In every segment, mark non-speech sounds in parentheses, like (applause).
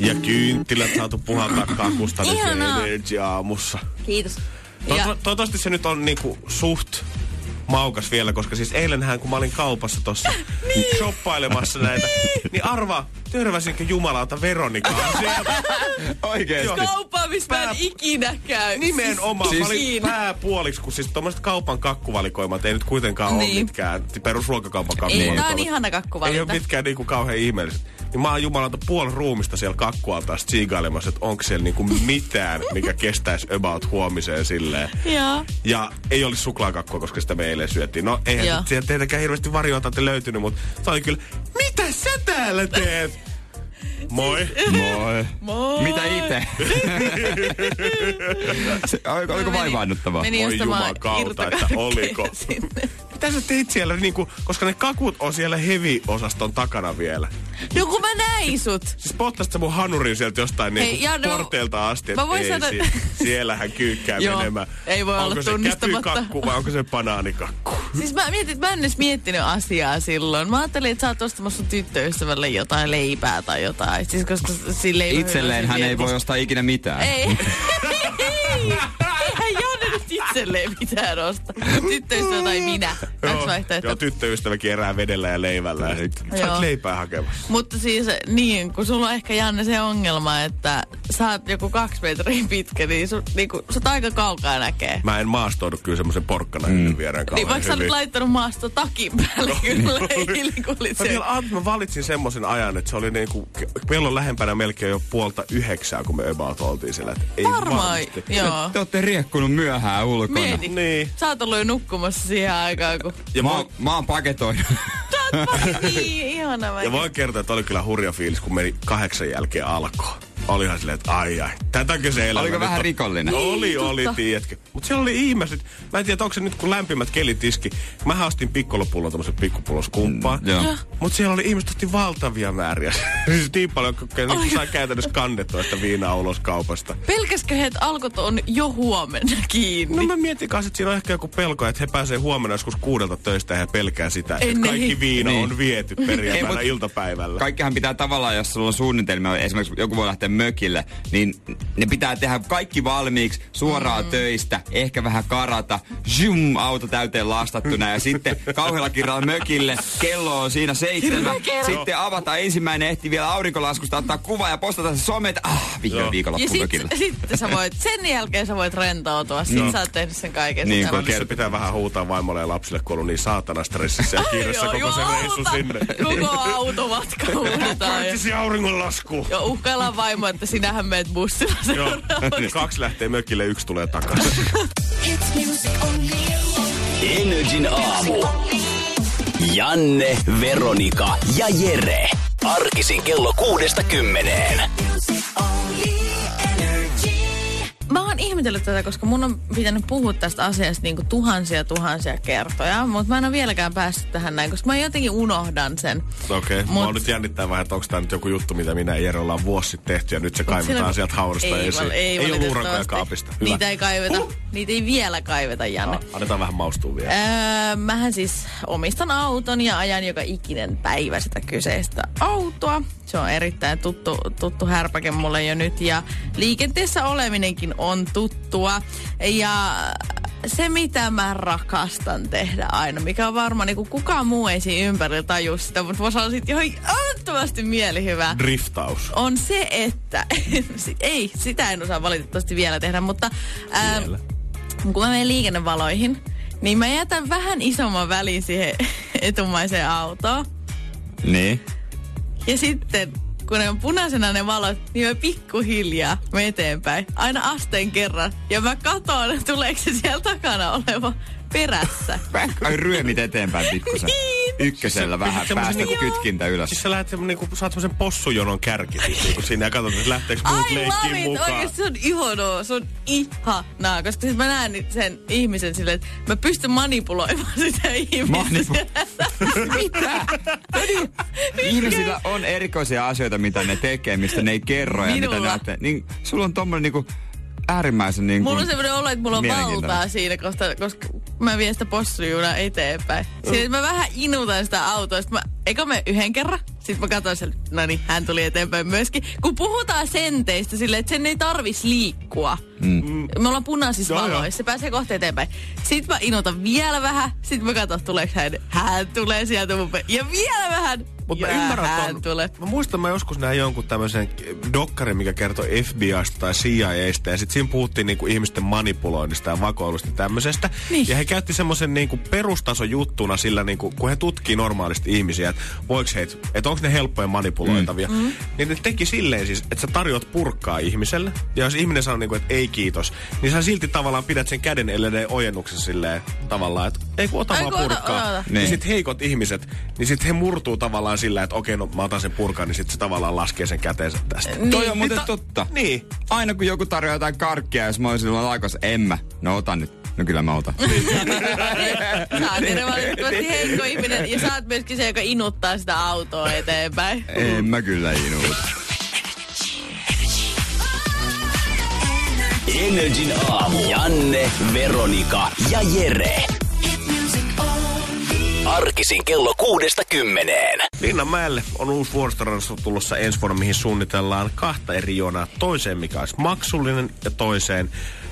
Ja kynttilät saatu puhan takaa kustannusten Ihanaa. energy aamussa. Kiitos. Ja, Toivo- Toivottavasti se nyt on niinku suht maukas vielä, koska siis eilenhän kun mä olin kaupassa (laughs) tossa Niin. shoppailemassa näitä, niin arva, törmäsinkö jumalauta Veronikaa (laughs) sieltä Oikeesti. Joo. kauppaamista mä en Pää- ikinä käy. nimenomaan. Siis, Siis, mä olin Kiina. pääpuoliksi, kun siis tommoset kaupan kakkuvalikoimat ei nyt kuitenkaan niin. ole Niin. mitkään perusruokakaupan Niin. Ei, tää kakkuvalikoimat. on ihana Ei ole kakkuvalinta. mitkään niinku kauhean ihmeelliset. Niin mä oon jumalalta puoli ruumista siellä kakkualtaassa tsiigailemassa, että onko siellä niinku mitään, mikä kestäisi about huomiseen silleen. Joo. Ja ei olisi suklaakakkua, koska sitä me eilen syötiin. No eihän Joo. Joo. sieltä teiltäkään hirveästi varjoita te löytynyt, mutta se oli kyllä, mitä sä täällä teet? Moi. (laughs) Moi. Moi. Mitä itse? (laughs) Se- oliko oliko No Meni- vaivaannuttavaa? Meni Voi ostamaan jumakauta, irtokarkkeja että oliko. (laughs) sinne. Mitä sä teit siellä, niinku, koska ne kakut on siellä heavy-osaston takana vielä. No kun mä näin sut. Siis pottasit sä mun hanurin sieltä jostain Hei, niinku Janne, porteilta asti, mä että voin ei, sanoa- sie- siellähän (laughs) kyykkää Joo, menemään. ei voi onko olla se tunnistamatta. käpykakku vai onko se banaanikakku? Siis mä mietin, että mä en edes miettinyt asiaa silloin. Mä ajattelin, että sä oot ostamassa sun tyttöystävälle jotain leipää tai jotain. Siis koska sille ei Itselleen hän ei voi ostaa ikinä mitään. Ei. (laughs) Eihän Janne nyt itselleen mitään osta. Tyttöystävä tai minä. Kaksi joo, vaihtoehtoa. tyttöystäväkin erää vedellä ja leivällä. Ja sit sä Joo. oot leipää hakemassa. Mutta siis niin, kun sulla on ehkä Janne se ongelma, että sä oot joku kaksi metriä pitkä, niin, sun, niin kun, sut aika kaukaa näkee. Mä en maastoudu kyllä semmoisen porkkana mm. viereen kauhean Niin vaikka sä olet hyvin. laittanut maasta takin päälle kyllä eilen, kun olit Mä, siellä. vielä, ajattelin, mä valitsin semmoisen ajan, että se oli niinku, meillä on lähempänä melkein jo puolta yhdeksää, kun me about oltiin siellä. että Ei Varmaan, varmasti. joo. Te ootte riekkunut myöhään ulkona. Mieti. Niin. Sä oot ollut jo nukkumassa siihen aikaan, kun... Ja, Mä, mä, oon- mä oon paketoinut. Sä oot vaan niin ihana mä. ja voin kertoa, että oli kyllä hurja fiilis, kun meni kahdeksan jälkeen alkoon. Olihan silleen, että ai ai, tätäkö se elämä Oliko nyt vähän on? rikollinen? Oli, oli, tiedätkö. Mut siellä oli ihmiset. Mä en tiedä, onko se nyt kun lämpimät kelit Mä ostin pikkolopullon tommosen pikkupullon kumppaan. Mm, joo. Joo. Mut siellä oli ihmiset otti valtavia määriä. (laughs) siis niin paljon, kun Ai. niin sai käytännössä kannettua sitä viinaa ulos kaupasta. Pelkäskö he, että alkot on jo huomenna kiinni? Niin. No mä mietin kanssa, että siinä on ehkä joku pelko, että he pääsee huomenna joskus kuudelta töistä ja he pelkää sitä, että Ennen kaikki hi- viina Niin. on viety (laughs) Ei, perjantaina mut- iltapäivällä. Kaikkihan pitää tavallaan, jos sulla on suunnitelmia, esimerkiksi joku voi lähteä mökille, niin ne pitää tehdä kaikki valmiiksi suoraan mm. töistä, ehkä vähän karata, zoom, auto täyteen lastattuna ja sitten kauhealla kirjalla mökille, kello on siinä seitsemän, sitten avata ensimmäinen, ehti vielä aurinkolaskusta ottaa kuva ja postata se somet, ah, vihdoin Joo. Ja viikonloppu mökillä. sit, sit sä voit, sen jälkeen sä voit rentoutua, sit No. sä oot tehnyt sen kaiken. Niin, Sä kun voit- Välissä pitää vähän huutaa vaimolle ja lapsille, kun on ollut niin saatana stressissä ja kiireessä Joo, koko joo, se reissu auta. sinne. Koko automatka uudetaan. ja, Kaikkisi auringonlasku. ja uhkaillaan vaimo, että sinähän meet bussilla Joo. seuraavaksi. Kaksi lähtee mökille, yksi tulee (laughs) takaisin. Energin aamu. Janne, Veronika ja Jere. Arkisin kello kuudesta kymmeneen. Mä oon ihmetellyt tätä, koska mun on pitänyt puhua tästä asiasta niinku tuhansia tuhansia kertoja, mutta mä en ole vieläkään päässyt tähän näin, koska mä jotenkin unohdan sen. Okei, okay. Mut- mua nyt jännittää vähän, että onko tämä nyt joku juttu, mitä minä ja Jere ollaan vuosi sitten tehty ja nyt se kaivetaan Silloin- sieltä haudasta ei, esiin. val- Ei, ei ollut valitettavasti. urankoja kaapista. Hyvä. Niitä ei kaiveta. Niitä ei vielä kaiveta, Janne. Ah, Annetaan vähän maustua vielä. Öö, mähän siis omistan auton ja ajan joka ikinen päivä sitä kyseistä autoa. Se on erittäin tuttu, tuttu härpäke mulle jo nyt ja liikenteessä oleminenkin on tuttua. Ja se, mitä mä rakastan tehdä aina, mikä on varmaan niin kuin kukaan muu ei siinä ympärillä taju sitä, mutta mä saan sitten ihan älyttömästi mielihyvää Driftaus. on se, että... (laughs) sit- ei, sitä en osaa valitettavasti vielä tehdä, mutta... Ää, Vielä. kun mä menen liikennevaloihin, niin mä jätän vähän isomman välin siihen (laughs) etumaiseen autoon. Niin. Ja sitten kun ne on punaisena ne valot, niin mä pikkuhiljaa mä eteenpäin. Aina asteen kerran. Ja mä katon, tuleeko se siellä takana oleva perässä. Ai ryömit eteenpäin pikkusen. niin. ykkösellä vähän Pistit päästä semmosen niinku kytkintä ylös. Siis sä lähet semmo- niinku, saat semmosen possujonon kärki niinku siinä ja katsot, että lähteekö muut I love leikkiin it! mukaan. Oikeesti se on ihanaa. Se on ihanaa, koska siis mä näen ni- sen ihmisen silleen, että mä pystyn manipuloimaan (laughs) sitä ihmistä. Manipu- (laughs) Mitä? Ihmisillä on erikoisia asioita, mitä ne tekee, mistä ne ei kerro ja mitä ne Minulla. ajattelee. Niin, sulla on tommonen niinku äärimmäisen niinku... Mulla on sellainen olo, että mulla on Mielenkiintoinen. valtaa siinä, koska, koska mä vien sitä possujunaa eteenpäin. Siis mä vähän inutan sitä autoa. Sitten mä, eikö me yhden kerran? Sitten mä katsoin sen, no niin, hän tuli eteenpäin myöskin. Kun puhutaan senteistä silleen, että sen ei tarvis liikkua. Mm. Me ollaan punaisissa Joo, joo, joo. valoissa, se pääsee kohta eteenpäin. Sitten mä inutan vielä vähän, sitten mä katson, tuleeko hän. Hän tulee sieltä mun pe- Ja vielä vähän, Mut ja mä ymmärrän hän ton. tulee. Mä muistan, mä joskus näin jonkun tämmöisen dokkarin, mikä kertoi FBIsta tai CIAsta. Ja sit siinä puhuttiin niinku ihmisten manipuloinnista ja vakoilusta ja tämmöisestä. Niin. Ja he käytti semmoisen niinku perustason juttuna sillä, niinku, kun he tutkii normaalisti ihmisiä, että voiko heitä, että onko ne helppoja manipuloitavia. Mm. Niin ne teki silleen siis, että sä tarjoat purkkaa ihmiselle. Ja jos ihminen sanoo niinku, että ei kiitos, niin sä silti tavallaan pidät sen käden edelleen ojennuksen silleen tavallaan, että ei kun ota Ei vaan kun ota, purkkaa. ota, ota. Niin. Niin. sit heikot ihmiset, niin sit he murtuu tavallaan sillä, että okei, no mä otan sen purkan, niin sit se tavallaan laskee sen käteensä tästä. Toi on muuten Niin ta- totta. Niin. Aina kun joku tarjoaa jotain karkkia, jos mä olisin silloin laikassa, en mä. No ota nyt. No kyllä mä otan. Niin. Sä (laughs) oot niin, valitettavasti heikko ihminen ja sä oot myöskin se, joka inuttaa sitä autoa eteenpäin. en mä kyllä inuuta. Energin aamu. Janne, Veronika ja Jere. Arkisin kello kuudesta kymmeneen. Linnanmäelle on uusi vuoristoradassa tulossa ensi vuonna, mihin suunnitellaan kahta eri jonaa. Toiseen, mikä olisi maksullinen, ja toiseen,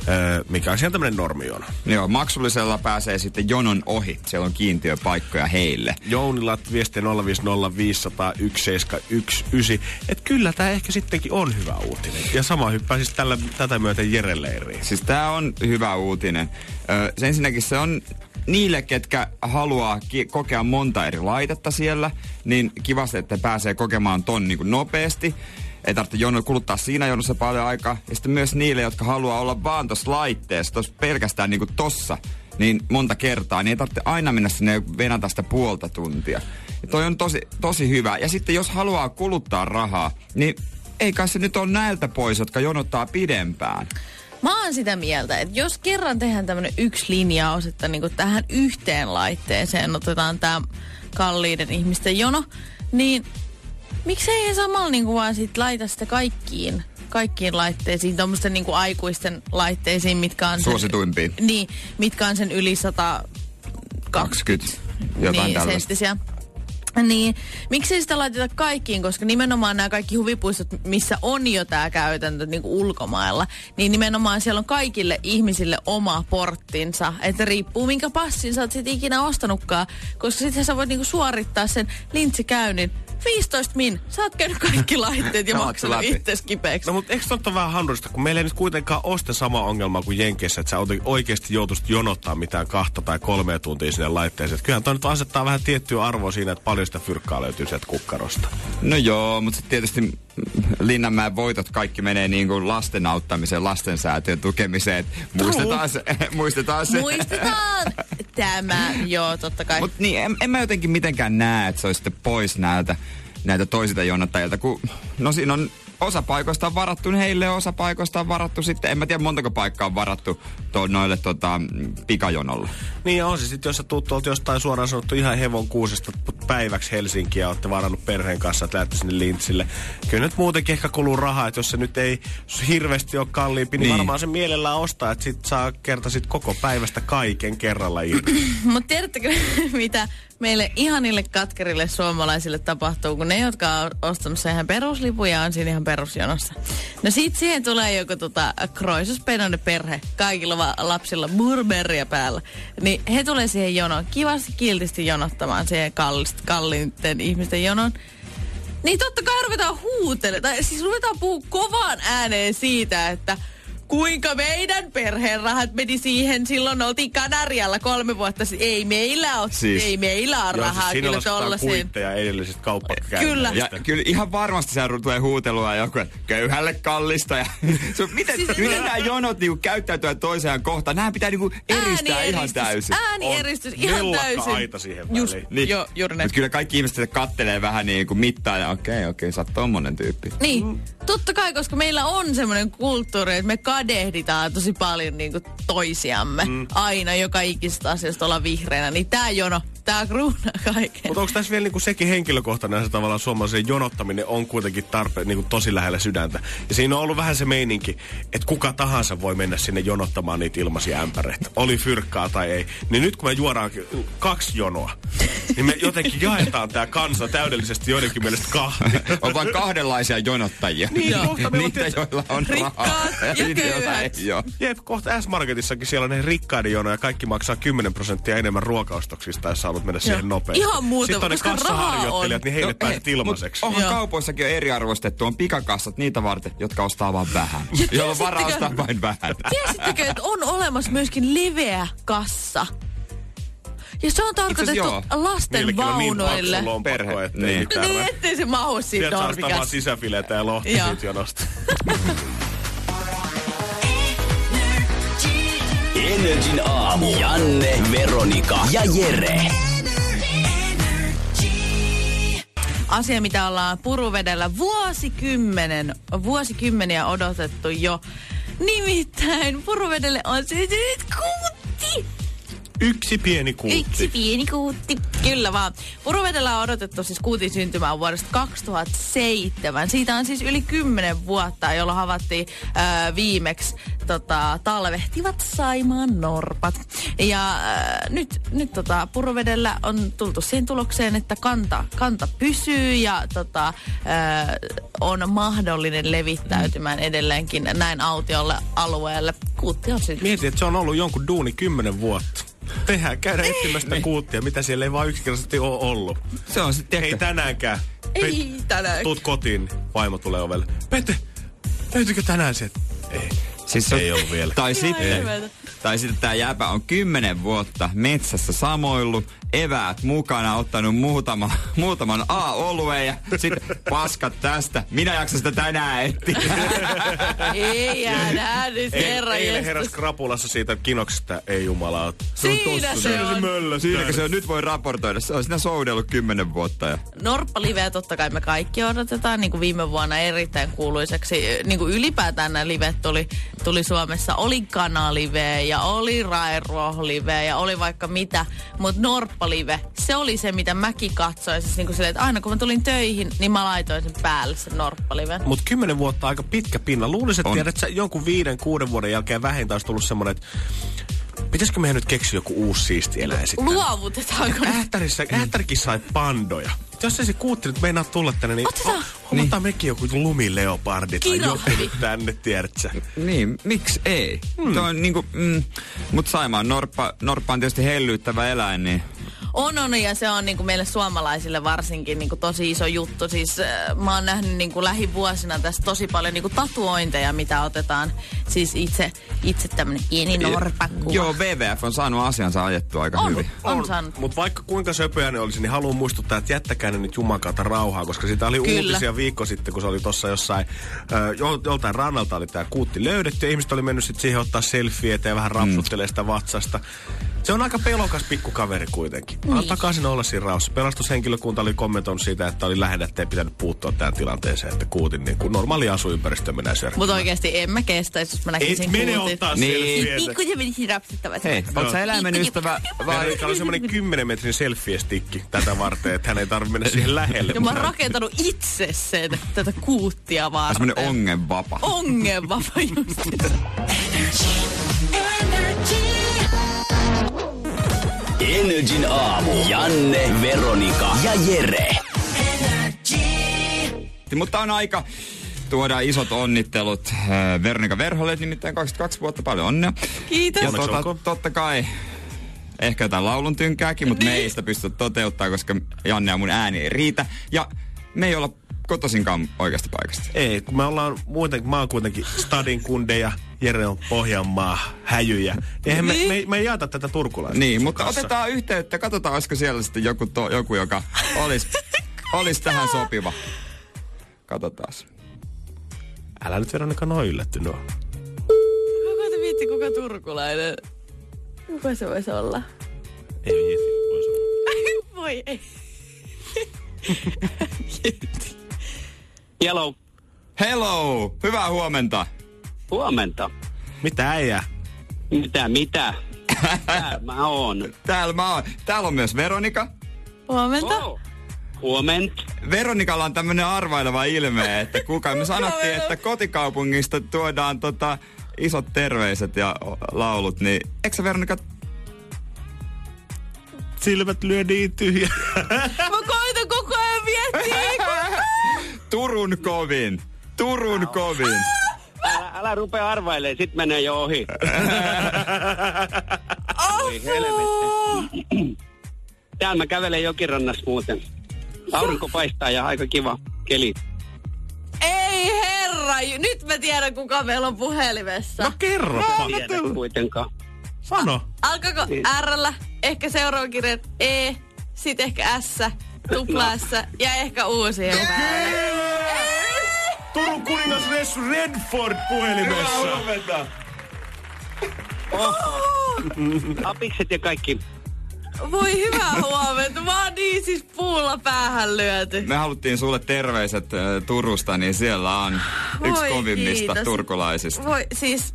öö, mikä olisi ihan tämmöinen normijona. Joo, maksullisella pääsee sitten jonon ohi. Siellä on kiintiöpaikkoja heille. Jounilat viesti 050501719. Et kyllä tämä ehkä sittenkin on hyvä uutinen. Ja sama hyppää siis tällä, tätä myöten Jeren leiriin. Siis tää on hyvä uutinen. Ö, se ensinnäkin se on niille, ketkä haluaa ki- kokea monta eri laitetta siellä, niin kivasti, että pääsee kokemaan ton niin kuin nopeasti. Ei tarvitse jono, kuluttaa siinä jonossa paljon aikaa. Ja sitten myös niille, jotka haluaa olla vaan tuossa laitteessa, tuossa pelkästään niin kuin tossa, niin monta kertaa, niin ei tarvitse aina mennä sinne ja venata sitä puolta tuntia. Ja toi on tosi, tosi hyvä. Ja sitten jos haluaa kuluttaa rahaa, niin ei kai se nyt ole näiltä pois, jotka jonottaa pidempään. Mä oon sitä mieltä, että jos kerran tehdään tämmönen yksi linjaus, että niinku tähän yhteen laitteeseen otetaan tää kalliiden ihmisten jono, niin miksei he samalla niinku vaan sit laita sitä kaikkiin, kaikkiin laitteisiin, tommosten niinku aikuisten laitteisiin, mitkä on... sen- Suosituimpiin. Niin, mitkä on sen yli 120 20. Jotain niin, tällaista. senttisiä. Niin, miksei sitä laiteta kaikkiin, koska nimenomaan nämä kaikki huvipuistot, missä on jo tämä käytäntö niin kuin ulkomailla, niin nimenomaan siellä on kaikille ihmisille oma porttinsa. Että riippuu minkä passin sä oot sit ikinä ostanutkaan, koska sitten sä voit niin kuin suorittaa sen lintsikäynnin. 15 min, sä oot käynyt (laughs) kaikki laitteet ja Sä oot maksanut läpi. itses kipeäksi. No mutta eikö totta vähän hanurista, kun meillä ei nyt kuitenkaan ole sitä samaa ongelmaa kuin Jenkeissä, että sä oot- oikeasti joutuisit jonottaa mitään kahta tai kolmea tuntia sinne laitteeseen. Et Kyllähän toi nyt asettaa vähän tiettyä arvoa siinä, että paljon sitä fyrkkaa löytyy sieltä kukkarosta. No joo, mutta sitten tietysti mm, Linnanmäen voitot kaikki menee niin kuin lasten auttamiseen, lastensäätiön tukemiseen. Et Muistetaan se. (laughs) muistetaan se. Muistetaan tämä, joo totta kai. Mut niin, en, en mä jotenkin mitenkään näe, että se olisi sitten pois näiltä, näiltä toisilta jonottajilta, kun no siinä on osa paikoista on varattu niin heille, osa paikoista on varattu sitten, en mä tiedä montako paikkaa on varattu to, noille tota, mm, pikajonolle. Niin ja on se sitten, jos sä tuut tuolta jostain suoraan sanottu ihan hevon kuusesta päiväksi Helsinkiä ja ootte varannut perheen kanssa, että lähdette sinne lintsille. Kyllä nyt muutenkin ehkä kuluu rahaa, että jos se nyt ei hirveästi ole kalliimpi, niin, Niin. niin. varmaan se mielellään ostaa, että sit saa kerta sit koko päivästä kaiken kerralla irti. (laughs) Mutta tiedättekö, mitä meille ihanille katkerille suomalaisille tapahtuu, kun ne, jotka on ostanut sen ihan peruslipuja, on siinä ihan perusjonossa. No sit siihen tulee joku tota, kroisuspedonen perhe, kaikilla va- lapsilla burberia päällä. Niin he tulee siihen jonoon, kivasti kiltisti jonottamaan siihen kallist, kalliinten ihmisten jonon. Niin totta kai ruvetaan huutelemaan, tai siis ruvetaan puhua kovaan ääneen siitä, että kuinka meidän perheen rahat meni siihen. Silloin oltiin Kanarialla kolme vuotta sitten. Ei meillä ole, Siis- siis, ei meillä ole Joo, rahaa siis siinä kyllä lasketaan tollaiseen. kuitteja edellisestä Kyllä. kauppakäynnistä. Ja kyllä ihan varmasti se tulee huutelua joku, että köyhälle kallista. Ja, (laughs) Su- miten, Siis- miten nämä jonot niinku käyttäytyä toiseen kohtaan? Nämä pitää niinku eristää ihan täysin. Äänieristys On ihan mellakka täysin. aita siihen Just, väliin. niin. jo, juuri näin. Mut kyllä kaikki ihmiset sitä kattelee vähän niin kuin mittaan ja okei, okay, okei, okay, sä oot tommonen tyyppi. Niin, totta kai, koska meillä on semmoinen kulttuuri, että me kadehditaan tosi paljon niin toisiamme. Mm. Aina joka ikistä asiasta olla vihreänä. Niin tää jono, tää kruuna kaiken. Mutta onko tässä vielä niinku sekin henkilökohtainen se tavallaan suomalaisen jonottaminen on kuitenkin tarpeen niinku tosi lähellä sydäntä. Ja siinä on ollut vähän se meininki, että kuka tahansa voi mennä sinne jonottamaan niitä ilmaisia ämpäreitä. Oli fyrkkaa tai ei. Niin nyt kun me juodaan kaksi jonoa, niin me jotenkin jaetaan tämä kansa täydellisesti joidenkin mielestä kahden. On vain kahdenlaisia jonottajia. Niin, Joo. kohta meillä on Niitä, tietysti, joilla on rahaa. Rikkaat ja niitä, joilla köyhät. ei oo. Jep, kohta S-Marketissakin siellä on ne rikkaiden jono ja kaikki maksaa 10 prosenttia enemmän ruokaostoksista, jos sä haluat mennä siihen nopeasti. Ihan muuta, Sitten on ne koska rahaa kassaharjoittelijat, on. niin heille No, pääset ei, ilmaiseksi. eh, Onhan Joo. kaupoissakin jo eriarvostettu, on pikakassat niitä varten, jotka ostaa vaan vähän. (laughs) Joilla on varaa tiesittekö- ostaa vain vähän. Tiesittekö, että on olemassa myöskin leveä kassa? Ja se on tarkoitettu joo. lasten Niilläkin on niin vaunuille. paksu lompakko, Perhe. ettei Niin. mitään Niin, rajaa. ettei se mahu siinä Sieltä saadaan vaan siis- dormikas. sisäfileitä ja lohta Joo. siitä jonosta. Energin aamu. Janne, Veronika ja Jere. Asia, mitä ollaan puruvedellä vuosikymmenen, vuosikymmeniä odotettu jo. Nimittäin puruvedelle on syntynyt kuutti. Yksi pieni kuutti. Yksi pieni kuutti. Kyllä vaan. Puruvedellä on odotettu siis kuutin syntymää vuodesta 2007. Siitä on siis yli 10 vuotta, jolloin havattiin äh, viimeksi tota, talvehtivat Saimaan norpat. Ja äh, nyt, nyt tota, Puruvedellä on tultu siihen tulokseen, että kanta, kanta pysyy ja tota, äh, on mahdollinen levittäytymään edelleenkin näin autiolle alueelle. Kuutti on syntynyt. Mieti, että se on ollut jonkun duuni kymmenen vuotta. Tehdään, käydään Niin. etsimästä sitä kuuttia, mitä siellä ei vaan yksinkertaisesti ole ollut. Se on sitten, Ei tänäänkään. Ei tänään. Tuut kotiin, vaimo tulee ovelle. Pete, löytyykö tänään se? Ei. Siis se on- Ei ollut vielä. Tai Ihan sitten, hirveetä. tai sitten tämä jäpä on kymmenen vuotta metsässä samoillut, eväät mukana, ottanut muutama, muutaman A-olueen ja sitten paskat tästä. Minä jaksan sitä tänään etsiä. Ei jäädä nyt, herra Eilen jestas. heräs krapulassa siitä kinoksesta, ei jumala. Siinä se on. Siinäkö se on, nyt voi raportoida. Se on siinä soudellut kymmenen vuotta ja Norppaliveä totta kai me kaikki odotetaan, niin kuin viime vuonna erittäin kuuluiseksi. Niin kuin ylipäätään nämä livet tuli, tuli Suomessa. Oli kanaliveä ja oli rairohliveä ja oli vaikka mitä. Mutta norppalive, se oli se, mitä mäkin katsoin. Siis niin kuin silleen, että aina kun mä tulin töihin, niin mä laitoin sen päälle sen norppaliven. Mutta kymmenen vuotta on aika pitkä pinna. Luulisin, että On. tiedät, sä jonkun viiden, kuuden vuoden jälkeen vähintään olisi tullut semmoinen, että pitäisikö meidän nyt keksiä joku uusi siisti eläin sitten? Luovutetaanko nyt? Ähtärissä, ähtärikin sai pandoja. Jos ei se kuutti nyt meinaa tulla tänne, niin Otetaan. hommataan mekin joku lumileopardi tai Kirahvi. joku tänne, tiedät sä. Niin, miksi ei? Hmm. Tuo on niinku, mm, mut Saimaan norppa, norppa on tietysti hellyyttävä eläin, niin On, on ja se on niin kuin meille suomalaisille varsinkin niin kuin tosi iso juttu. Siis äh, mä oon nähnyt niin kuin lähivuosina tässä tosi paljon niin kuin tatuointeja, mitä otetaan. Siis itse, itse tämmönen pieni norpakkuva. Joo, WWF on saanut asiansa ajettua aika on, hyvin. on, saanut. Mutta vaikka kuinka söpöjä ne olisi, niin haluan muistuttaa, että jättäkää ne nyt jumakata rauhaa, koska siitä oli Kyllä. uutisia viikko sitten, kun se oli tuossa jossain, ö, jo- joltain rannalta oli tämä kuutti löydetty, ja ihmiset oli mennyt sitten siihen ottaa selfieitä ja vähän rapsuttelee sitä vatsasta. Se on aika pelokas pikkukaveri kuitenkin. Niin. Antakaa sinne olla siinä rauhassa. Pelastushenkilökunta oli kommentoinut siitä, että oli lähinnä, että ei pitänyt puuttua tähän tilanteeseen, että kuutin niin kuin normaali asuympäristö minä Mutta oikeasti en mä kestäisi, jos mä näkisin Et mene kuutit. ottaa Niin. selfietä. Pikku se menisi rapsittavaksi. Hei, oot sä eläimen ystävä vai... Veronikalla on semmoinen 10 metrin selfie-stikki tätä varten, että hän ei tarvitse mennä siihen lähelle. Ja mä oon rakentanut itse sen, tätä kuuttia varten. Semmoinen ongenvapa. Oh! Ongelma (laughs) vai just. Energin aamu. Janne, Veronika ja Jere. Mutta on aika tuoda isot onnittelut äh, Veronika Verholle, nimittäin 22 vuotta paljon onnea. Kiitos. Ja Onneksi tota, olkoon. totta kai ehkä jotain laulun tynkääkin, mutta niin. me ei sitä pysty toteuttaa, koska Janne ja mun ääni ei riitä. Ja me ei olla kotosinkaan oikeasta paikasta? Ei, kun me ollaan muutenkin, mä oon kuitenkin stadin kundeja, Jere on Pohjanmaa, häjyjä. Eihän me, Niin. me, me ei jaeta tätä turkulaista. Niin, mutta otetaan yhteyttä, katsotaan olisiko siellä sitten joku, to, joku joka olisi olis tähän sopiva. Katsotaan. Älä nyt Veronika noin yllättynyt No, ole. Kuka te viitti, kuka turkulainen? Kuka se voisi olla? Ei oo Jesi, voisi olla. (laughs) Voi ei. Jalo, Hello! Hyvää huomenta. huomenta. Mitä äijä? (laughs) Mitä, mitä? Tää mä oon. Täällä mä oon. Täällä on myös Veronika. Huomenta. Oh. Huomenta. Veronikalla on tämmönen arvaileva ilme, että (laughs) kuka me sanottiin, Joo. että kotikaupungista tuodaan tota isot terveiset ja o, laulut, niin eikö (laughs) sä Veronika Silmät lyö niin tyhjä. Mä koitan koko ajan miettiä. Turun kovin? Turun kovin. Älä, älä rupea arvailemaan, sit menee jo ohi. Apua! (clears throat) Täällä mä kävelen jokirannassa muuten. Aurinko paistaa ja aika kiva keli. Ei herra, ju- nyt mä tiedän kuka meillä on puhelimessa. No kerro. Tiedä kuitenkaan. Sano. Alkako Niin. R, ehkä seuraava kirja E, sit ehkä S, tupla S No. ja ehkä uusi herra. Turun kuningas Ressu Redford puhelimessa. Apikset ja kaikki. Voi (laughs) hyvää huomenta, mä oon niin siis puulla päähän lyöty. Me haluttiin sulle terveiset ö, Turusta, niin siellä on yksi Voi kovimmista kiitos. turkulaisista. Voi siis,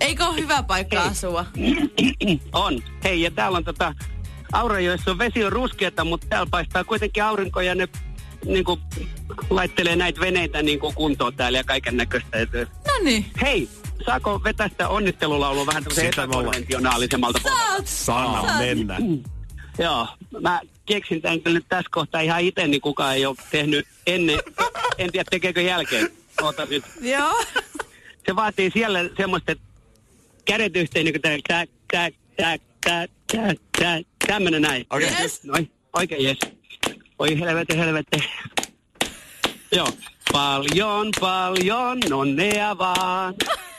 eikö ole hyvä paikka asua? On. Hei, ja täällä on tota... Aurajoessa on vesi on ruskeata, mutta täällä paistaa kuitenkin aurinko ja ne niinku, laittelee näitä veneitä niinku, kuntoon täällä ja kaiken näköistä. Noniin, Hei, saako vetää sitä onnittelulaulua vähän tämmöisen Sitä me ollaan. epäkonventionaalisemmalta sä oot Anna mennä. niin. Joo, mä keksin tämän kyllä nyt tässä kohtaa ihan itse, niin kukaan ei ole tehnyt ennen. En tiedä, tekeekö jälkeen. Oota nyt. Joo. Se vaatii siellä semmoista että kädet yhteen, niin kuin tää, tää, tää, tää, tää, tää, tää, tämmönen näin. Okei. Yes. Noin, oikein jes. Oi helvetti, helvetti. Joo. Paljon, paljon onnea vaan.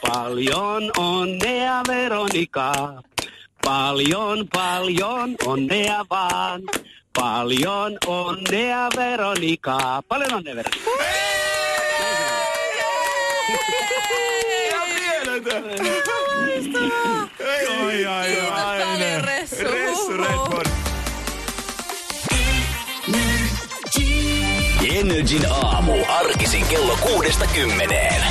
Paljon onnea Veronika. Paljon, paljon onnea vaan. Paljon onnea Veronika. Paljon onnea Veronika. niin. Ai, ai, Kiitos paljon Ressu. Ressu Huhhuh. Redford. Energin aamu. Arkisin kello kuudesta kymmeneen.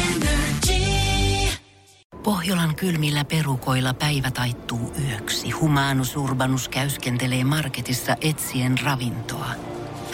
Pohjolan kylmillä perukoilla päivä taittuu yöksi. Humanus Urbanus käyskentelee marketissa etsien ravintoa.